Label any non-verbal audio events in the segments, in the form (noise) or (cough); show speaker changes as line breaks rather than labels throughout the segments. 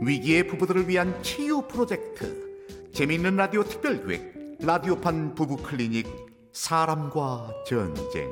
위기의 부부들을 위한 치유 프로젝트 재미있는 라디오 특별기획 라디오판 부부 클리닉 사람과 전쟁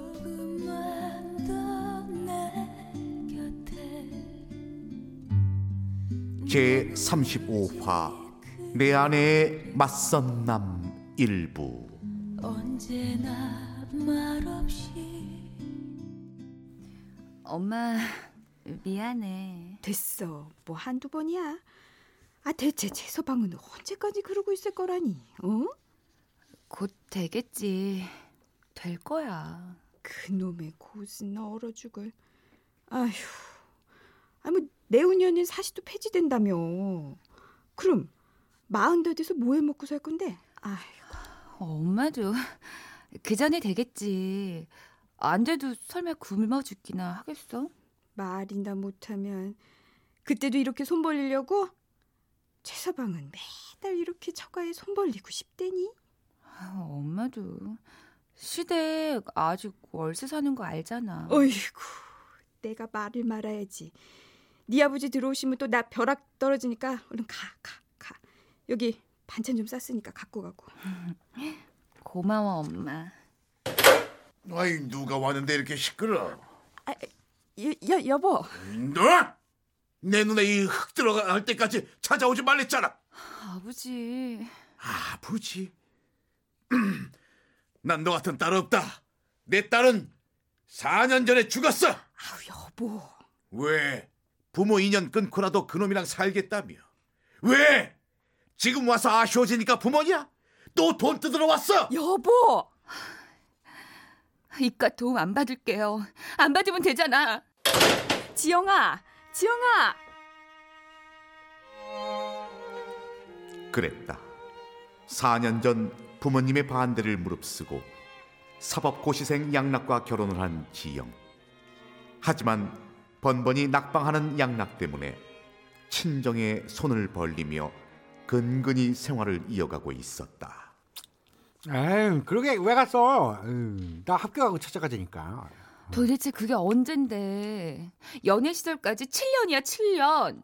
조금만 더 내 곁에
제 35화 내 아내의 맞선 남 일부
언제나 말없이
엄마 미안해.
됐어. 뭐 한두 번이야. 아 대체 제 서방은 언제까지 그러고 있을 거라니. 어?
곧 되겠지. 될 거야.
그놈의 고은 얼어 죽을. 아휴. 아뭐 내후년인 사시도 폐지된다며. 그럼 마흔도 돼서 뭐해 먹고 살 건데? 아휴.
어, 엄마도 (laughs) 그 전에 되겠지. 안 돼도 설마 굶어 죽기나 하겠어?
말이나 못하면 그때도 이렇게 손 벌리려고? 최 서방은 매달 이렇게 처가에 손 벌리고 싶대니?
아, 엄마도 시댁 아직 월세 사는 거 알잖아.
어이구, 내가 말을 말아야지. 네 아버지 들어오시면 또 나 벼락 떨어지니까 얼른 가, 가, 가. 여기 반찬 좀 쌌으니까 갖고 가고.
고마워 엄마.
아이 누가 왔는데 이렇게 시끄러?
여, 여 여보,
너? 내 눈에 이 흙 들어갈 때까지 찾아오지 말랬잖아.
아버지
아버지, 난 너 같은 딸 없다. 내 딸은 4년 전에 죽었어.
아우 여보,
왜? 부모 인연 끊고라도 그놈이랑 살겠다며. 왜? 지금 와서 아쉬워지니까 부모냐? 또 돈 뜯으러 왔어.
여보.
이과 도움 안 받을게요. 안 받으면 되잖아.
지영아, 지영아.
그랬다. 4년 전 부모님의 반대를 무릅쓰고 사법고시생 양락과 결혼을 한 지영. 하지만 번번이 낙방하는 양락 때문에 친정에 손을 벌리며 근근히 생활을 이어가고 있었다.
에휴, 그러게 왜 갔어? 에휴, 나 학교가고 찾아가자니까.
도대체 그게 언젠데 연애 시절까지 7년이야 7년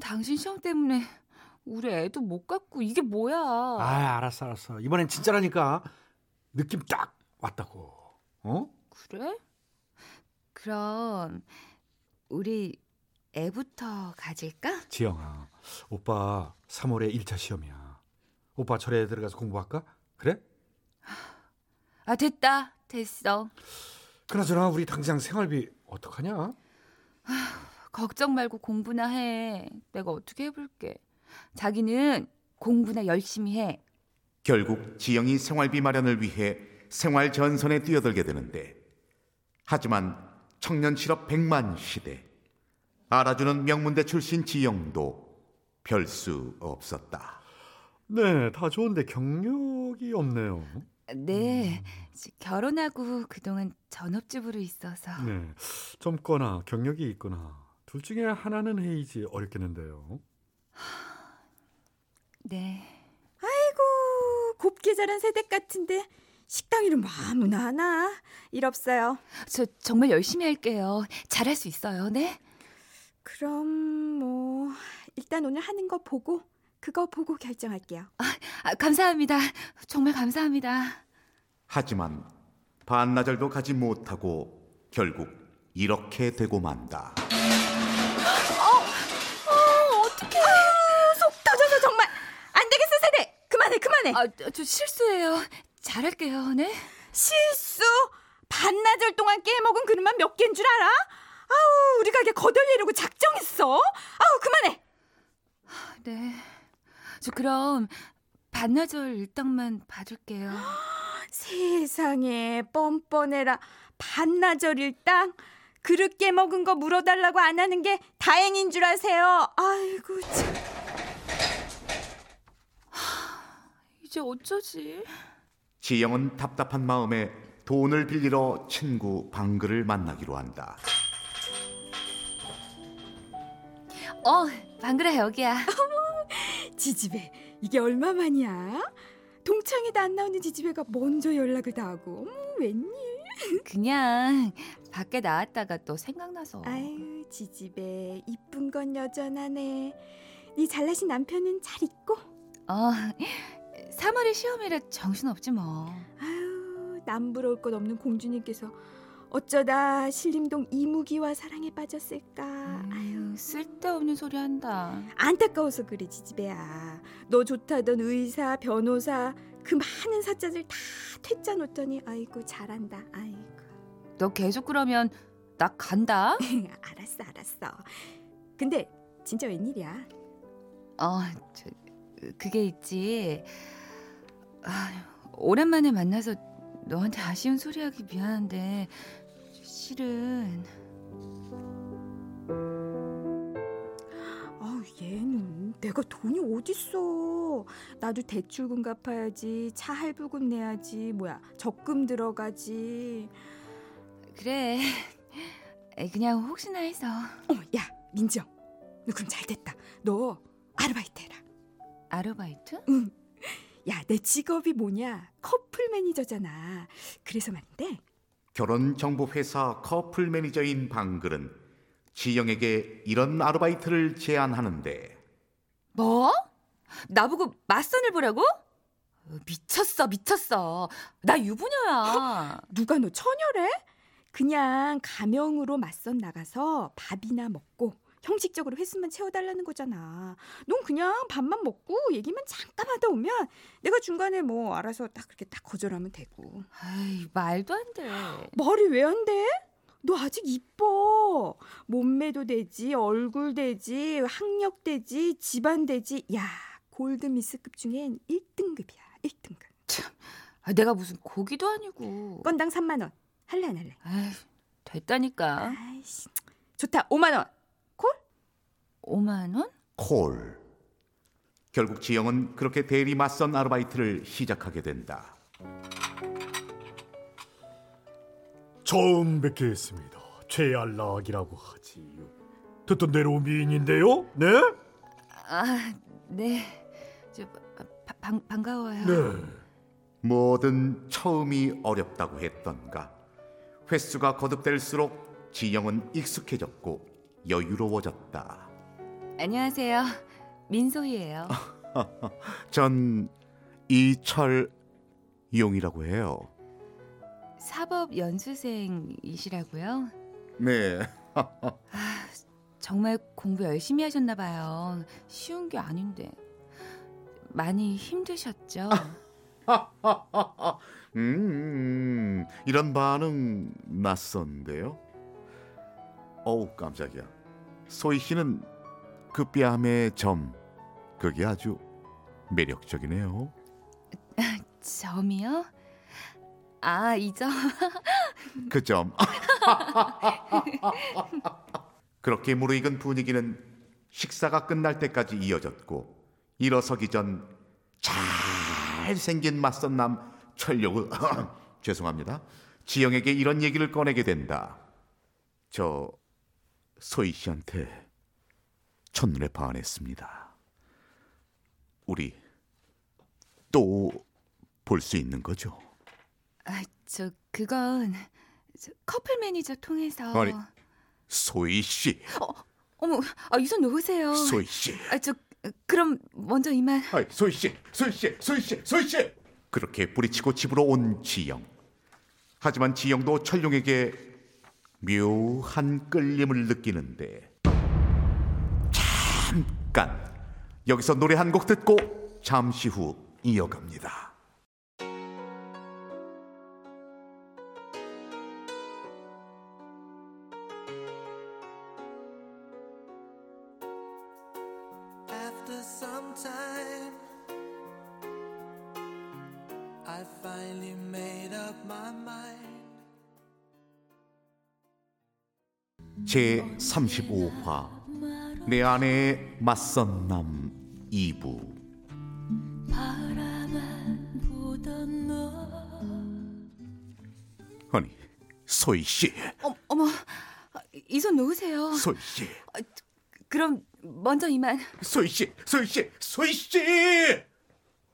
당신 시험 때문에 우리 애도 못 갖고 이게 뭐야
아, 알았어, 알았어. 이번엔 진짜라니까 느낌 딱 왔다고. 어?
그래? 그럼 우리 애부터 가질까?
지영아, 오빠 3월에 1차 시험이야. 오빠 절에 들어가서 공부할까? 그래?
아 됐다 됐어
그나저나 우리 당장 생활비 어떡하냐?
걱정 말고 공부나 해 내가 어떻게 해볼게 자기는 공부나 열심히 해
결국 지영이 생활비 마련을 위해 생활 전선에 뛰어들게 되는데 하지만 청년 실업 100만 시대 알아주는 명문대 출신 지영도 별 수 없었다.
네, 다 좋은데 경력이 없네요. 음.
네 결혼하고 그동안 전업주부로 있어서
네, 젊거나 경력이 있거나 둘 중에 하나는 헤이지 어렵겠는데요.
네.
아이고, 곱게 자란 새댁 같은데 식당 이름 뭐 아무나 하나 일 없어요.
저 정말 열심히 할게요. 잘할 수 있어요. 네.
그럼 뭐 일단 오늘 하는 거 보고 그거 보고 결정할게요.
아, 감사합니다. 정말 감사합니다.
하지만 반나절도 가지 못하고 결국 이렇게 되고 만다.
아, 속 터져서 정말 안 되겠어 세대. 그만해, 그만해.
아, 저, 저 실수예요. 잘할게요. 네.
실수? 반나절 동안 깨먹은 그릇만 몇 개인 줄 알아? 아우 우리 가게 거덜내려고 작정했어? 아우 그만해
네. 저 그럼 반나절 일당만 받을게요.
세상에 뻔뻔해라 반나절 일당 그릇 깨먹은 거 물어달라고 안 하는 게 다행인 줄 아세요 아이고 참
(gasps) 이제 어쩌지?
지영은 답답한 마음에 돈을 빌리러 친구 방글을 만나기로 한다.
어, 방글아 여기야. (laughs)
지지배 이게 얼마만이야? 동창회도 안 나오는 지지배가 먼저 연락을 다 하고 음, 웬일
그냥 밖에 나왔다가 또 생각나서.
아유 지지배 이쁜 건 여전하네. 네 잘나신 남편은 잘 있고.
어, 3월에 시험이라 정신없지 뭐.
아유 남부러울 것 없는 공주님께서 어쩌다 신림동 이무기와 사랑에 빠졌을까.
음.
아유
아유, 쓸데없는 소리 한다.
안타까워서 그래 지지배야. 너 좋다던 의사 변호사 그 많은 사자들 다 퇴짜 놓더니 아이고 잘한다. 아이고. (laughs)
너 계속 그러면 나 (laughs) 간다.
알았어 알았어. 근데 진짜 웬일이야?
어, 저, 그게 있지. 아휴, 오랜만에 만나서 너한테 아쉬운 소리 하기 미안한데 실은
아우 얘는 내가 돈이 어딨어 나도 대출금 갚아야지 차 할부금 내야지 뭐야 적금 들어가지
그래. 그냥 혹시나 해서.
어머 야 민정 너 그럼 잘 됐다 너 아르바이트 해라
아르바이트?
야 내 직업이 뭐냐 커플 매니저잖아 그래서 말인데
결혼정보회사 커플 매니저인 방글은 지영에게 이런 아르바이트를 제안하는데
뭐? 나보고 맞선을 보라고? 미쳤어, 미쳤어. 나 (laughs) 유부녀야.
누가 너 처녀래? 그냥 가명으로 맞선 나가서 밥이나 먹고 형식적으로 횟수만 채워달라는 거잖아. 넌 그냥 밥만 먹고 얘기만 잠깐 하다 오면 내가 중간에 뭐 알아서 딱 그렇게 딱 거절하면 되고.
아이, 말도 안 돼.
말이 왜 안 돼? 너 아직 이뻐. 몸매도 되지, 얼굴 되지, 학력 되지, 집안 되지. 야, 골드미스급 중엔 1등급이야, 1등급.
아, 내가 무슨 고기도 아니고.
건당 3만 원. 할래 안 할래?
아이, 됐다니까.
아이씨. 좋다. 5만 원.
5만 원?
콜. 결국 지영은 그렇게 대리 맞선 아르바이트를 시작하게 된다.
처음 뵙겠습니다. 최알락이라고 하지요. 듣던 대로 미인인데요. 네?
아, 네. 저, 바- 반, 반가워요.
네.
뭐든 처음이 어렵다고 했던가. 횟수가 거듭될수록 지영은 익숙해졌고 여유로워졌다.
안녕하세요. 민소희예요.
아. 전 이철 용이라고 해요.
사법 연수생이시라고요?
네.
정말 공부 열심히 하셨나 봐요. 쉬운 게 아닌데. 많이 힘드셨죠?
아. 음, 이런 반응 낯선데요. 어우 깜짝이야. 소희 씨는 그 뺨의 점 그게 아주 매력적이네요.
점이요? 아, 이 점.
그 점. (laughs) 그렇게 무르익은 분위기는 식사가 끝날 때까지 이어졌고 일어서기 전 잘생긴 맞선 남 철룡을 (laughs) 죄송합니다. 지영에게 이런 얘기를 꺼내게 된다. 저 소희 씨한테 첫눈에 반했습니다. 우리 또 볼 수 있는 거죠?
아, 저 그건 저 커플 매니저 통해서
아니. 소희 씨,
어머, 아, 이손 놓으세요.
소희 씨.
아, 저 그럼 먼저 이만
아이, 소희 씨, 소희 씨, 소희 씨, 소희 씨. 그렇게 뿌리치고 집으로 온 지영. 하지만 지영도 철룡에게 묘한 끌림을 느끼는데 잠깐 여기서 노래 한 곡 듣고 잠시 후 이어갑니다.
After some time, I finally made up my mind.
제 35화 내 아내의 맞선 남 2부
바라만 보던 너
아니 소희 씨,
어, 어머, 이 손 놓으세요.
소희 씨,
그럼 먼저 이만
소희 씨, 소희 씨, 소희 씨!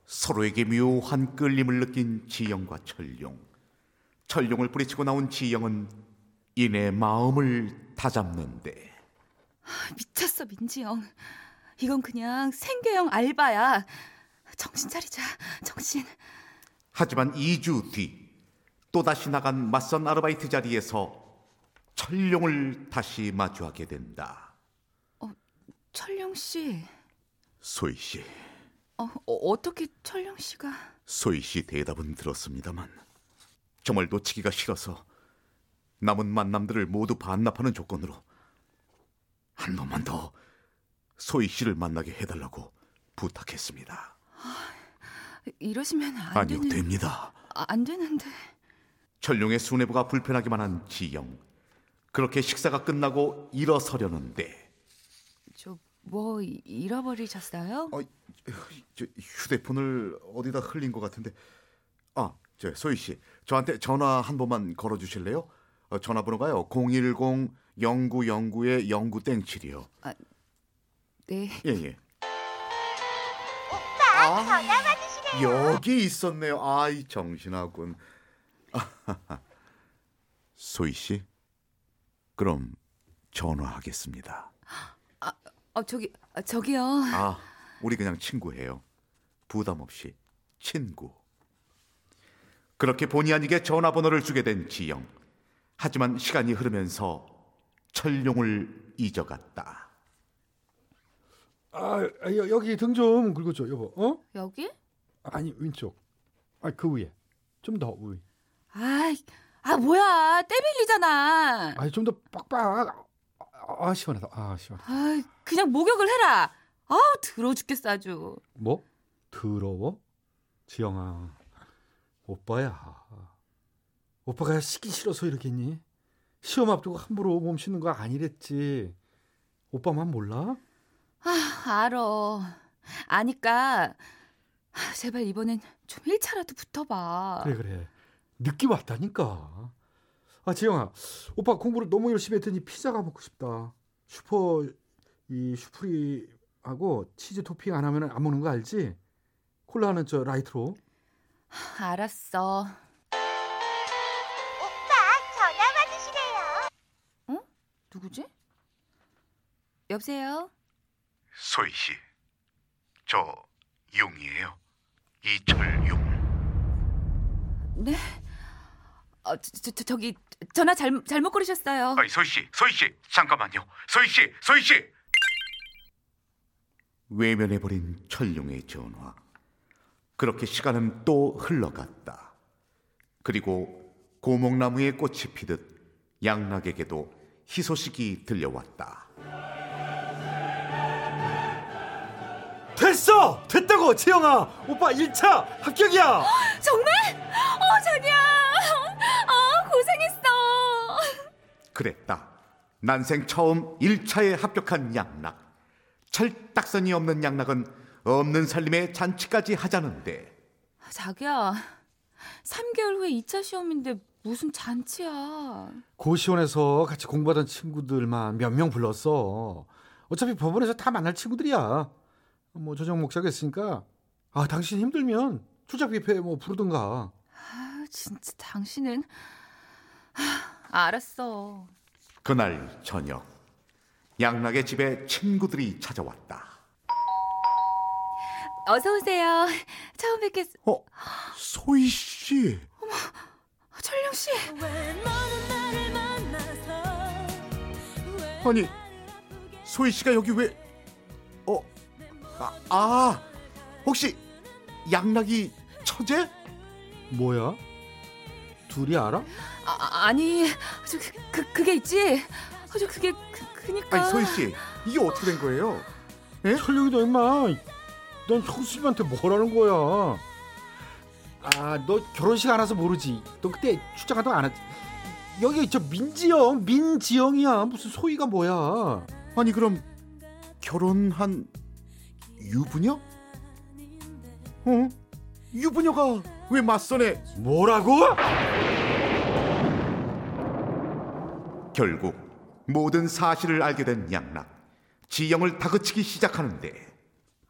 서로에게 묘한 끌림을 느낀 지영과 철룡. 철룡을 뿌리치고 나온 지영은 이내 마음을 다잡는데
미쳤어 민지영. 이건 그냥 생계형 알바야. 정신 차리자. 정신.
하지만 2주 뒤 또다시 나간 맞선 아르바이트 자리에서 철룡을 다시 마주하게 된다.
철령 씨.
소희 씨,
어, 어, 어떻게 철령 씨가
소희 씨 대답은 들었습니다만 정말 놓치기가 싫어서 남은 만남들을 모두 반납하는 조건으로 한 번만 더 소희 씨를 만나게 해달라고 부탁했습니다.
이러시면 안
아니요,
되는
됩니다.
아, 안 되는데.
철룡의 수뇌부가 불편하기만 한 지영. 그렇게 식사가 끝나고 일어서려는데
저 뭐 잃어버리셨어요?
어, 저 휴대폰을 어디다 흘린 것 같은데. 아, 저 소희 씨, 저한테 전화 한 번만 걸어 주실래요? 어, 전화번호가요. 010 0909의 09땡칠이요.
네.
예, 예. 오빠, 전화 받으시래요. 여기 있었네요. 아이, 정신하군. (laughs) 아하하. 소희 씨. 그럼 전화하겠습니다.
어 저기 아, 저기요.
아, 우리 그냥 친구예요. 부담 없이 친구. 그렇게 본의 아니게 전화번호를 주게 된 지영. 하지만 시간이 흐르면서 철룡을 잊어갔다.
아, 아, 여- 여기 등 좀 긁어줘, 여보. 어?
여기?
아니 왼쪽. 아, 그 위에. 좀 더 위.
아, 아 뭐야? 때밀리잖아.
아니 좀 더 빡빡. 아, 아 시원하다. 아 시원.
아, 그냥 목욕을 해라. 아우 들어 죽겠어 아주.
뭐? 더러워? 지영아, 오빠야. 오빠가 시기 싫어서 이렇게 했니? 시험 앞두고 함부로 몸 쉬는 거 아니랬지. 오빠만 몰라?
아, 알아. 아니까 아, 제발 이번엔 좀 1차라도 붙어봐.
그래 그래. 늦게 왔다니까. 아 지영아, 오빠 공부를 너무 열심히 했더니 피자가 먹고 싶다. 슈퍼 이 슈프리하고 치즈 토핑 안 하면 안 먹는 거 알지? 콜라는 저 라이트로.
아, 알았어. 오빠 전화 받으시래요. 응? 어? 누구지? 여보세요?
소희 씨. 저 용이에요. 이철용.
네? 어, 저, 저, 저, 저기 전화 잘, 잘못 걸으셨어요.
아이, 소희 씨. 소희 씨. 잠깐만요. 소희 씨. 소희 씨. 외면해 버린 철룡의 전화. 그렇게 시간은 또 흘러갔다. 그리고 고목나무에 꽃이 피듯 양락에게도 희소식이 들려왔다.
됐어! 됐다고 지영아! 오빠 1차 합격이야!
정말? 어, 자기야. 어, 고생했어.
그랬다. 난생 처음 1차에 합격한 양락. 철딱선이 없는 양락은 없는 살림에 잔치까지 하자는데
아, 자기야, 3개월 후에 2차 시험인데 무슨 잔치야. 아,
고시원에서 같이 공부하던 친구들만 몇 명 불렀어. 어차피 법원에서 다 만날 친구들이야. 뭐 조정 목사가 있으니까 아 당신 힘들면 출장 뷔페 뭐 부르든가.
아, 진짜 당신은 하, 알았어.
그날 저녁 양락의 집에 친구들이 찾아왔다.
어서 오세요. 처음 뵙겠...
어? 소희 씨.
아, 철령 씨.
왜 너는 나를 만나서 왜
아니 소희 씨가 여기 왜? 어? 아, 아 혹시 양락이 처제?
뭐야? 둘이 알아?
아, 아, 아니, 저 그, 그, 그게 있지. 아, 저 그게 그, 그니까...
아니 소희 씨 이게 어떻게 된 거예요?
철룡이 너 임마. 넌 형수님한테 뭐라는 거야? 아 너 결혼식 안 와서 모르지. 너 그때 출장 가도 안 왔지. 여기 저 민지영 민지영이야. 무슨 소희가 뭐야?
아니 그럼 결혼한 유부녀? 어? 유부녀가 왜 맞선에?
뭐라고?
결국 모든 사실을 알게 된 양락 지영을 다그치기 시작하는데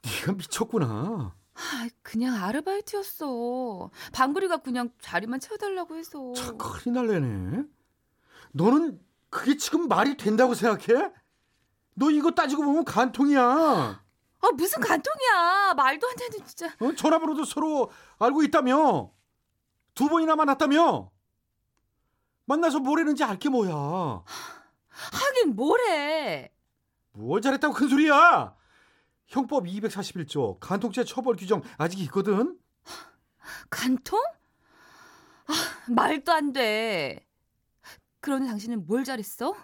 네가 미쳤구나.
아, 그냥 아르바이트였어. 방구리가 그냥 자리만 채워달라고 해서.
참 큰일 날래네. 너는 그게 지금 말이 된다고 생각해? 너 이거 따지고 보면 간통이야.
아 무슨 간통이야. 말도 안 되는 진짜.
어? 전화번호도 서로 알고 있다며. 두 번이나 만났다며. 만나서 뭘 했는지 알게 뭐야.
하긴 뭐래.
뭘 잘했다고 큰 소리야. 형법 241조 간통죄 처벌 규정 아직 있거든.
간통? 아, 말도 안 돼. 그런데 당신은 뭘 잘했어?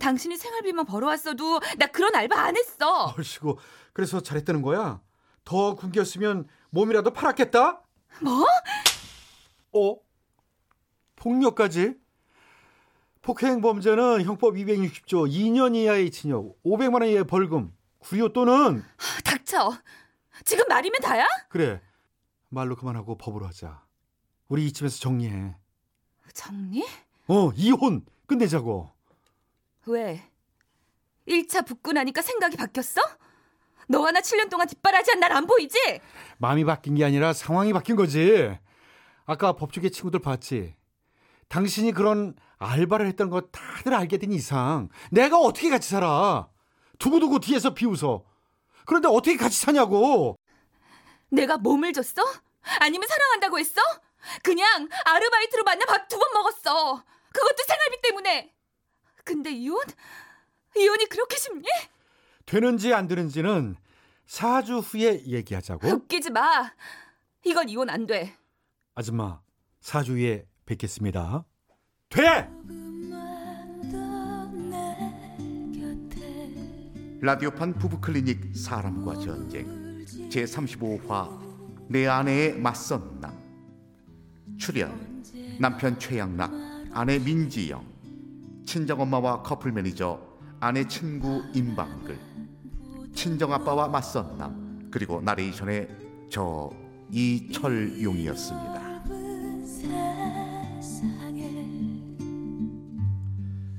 당신이 생활비만 벌어왔어도 나 그런 알바 안 했어.
얼씨구 그래서 잘했다는 거야. 더 굶겼으면 몸이라도 팔았겠다.
뭐?
어? 폭력까지? 폭행 범죄는 형법 260조 2년 이하의 징역, 500만 원 이하의 벌금, 구요 또는
아, 닥쳐. 지금 말이면 다야?
그래 말로 그만하고 법으로 하자. 우리 이쯤에서 정리해.
정리?
어 이혼 끝내자고.
왜? 1차 붙고 나니까 생각이 바뀌었어? 너와 나 7년 동안 뒷바라지한 날 안 보이지?
마음이 바뀐 게 아니라 상황이 바뀐 거지. 아까 법조계 친구들 봤지. 당신이 그런 알바를 했던 거 다들 알게 된 이상 내가 어떻게 같이 살아? 두고두고 뒤에서 비웃어. 그런데 어떻게 같이 사냐고.
내가 몸을 줬어? 아니면 사랑한다고 했어? 그냥 아르바이트로 만나 밥 두 번 먹었어. 그것도 생활비 때문에. 근데 이혼? 이혼이 그렇게 쉽니?
되는지 안 되는지는 사주 후에 얘기하자고.
웃기지 마. 이건 이혼 안 돼.
아줌마, 사주 후에 뵙겠습니다. 돼!
조금만 더내 곁에
라디오판 부부클리닉 사람과 전쟁 제35화 내 아내의 맞선 남 출연 남편 최양락 아내 민지영 친정엄마와 커플 매니저 아내 친구 임방글 친정아빠와 맞선 남 그리고 나레이션의 저 이철용이었습니다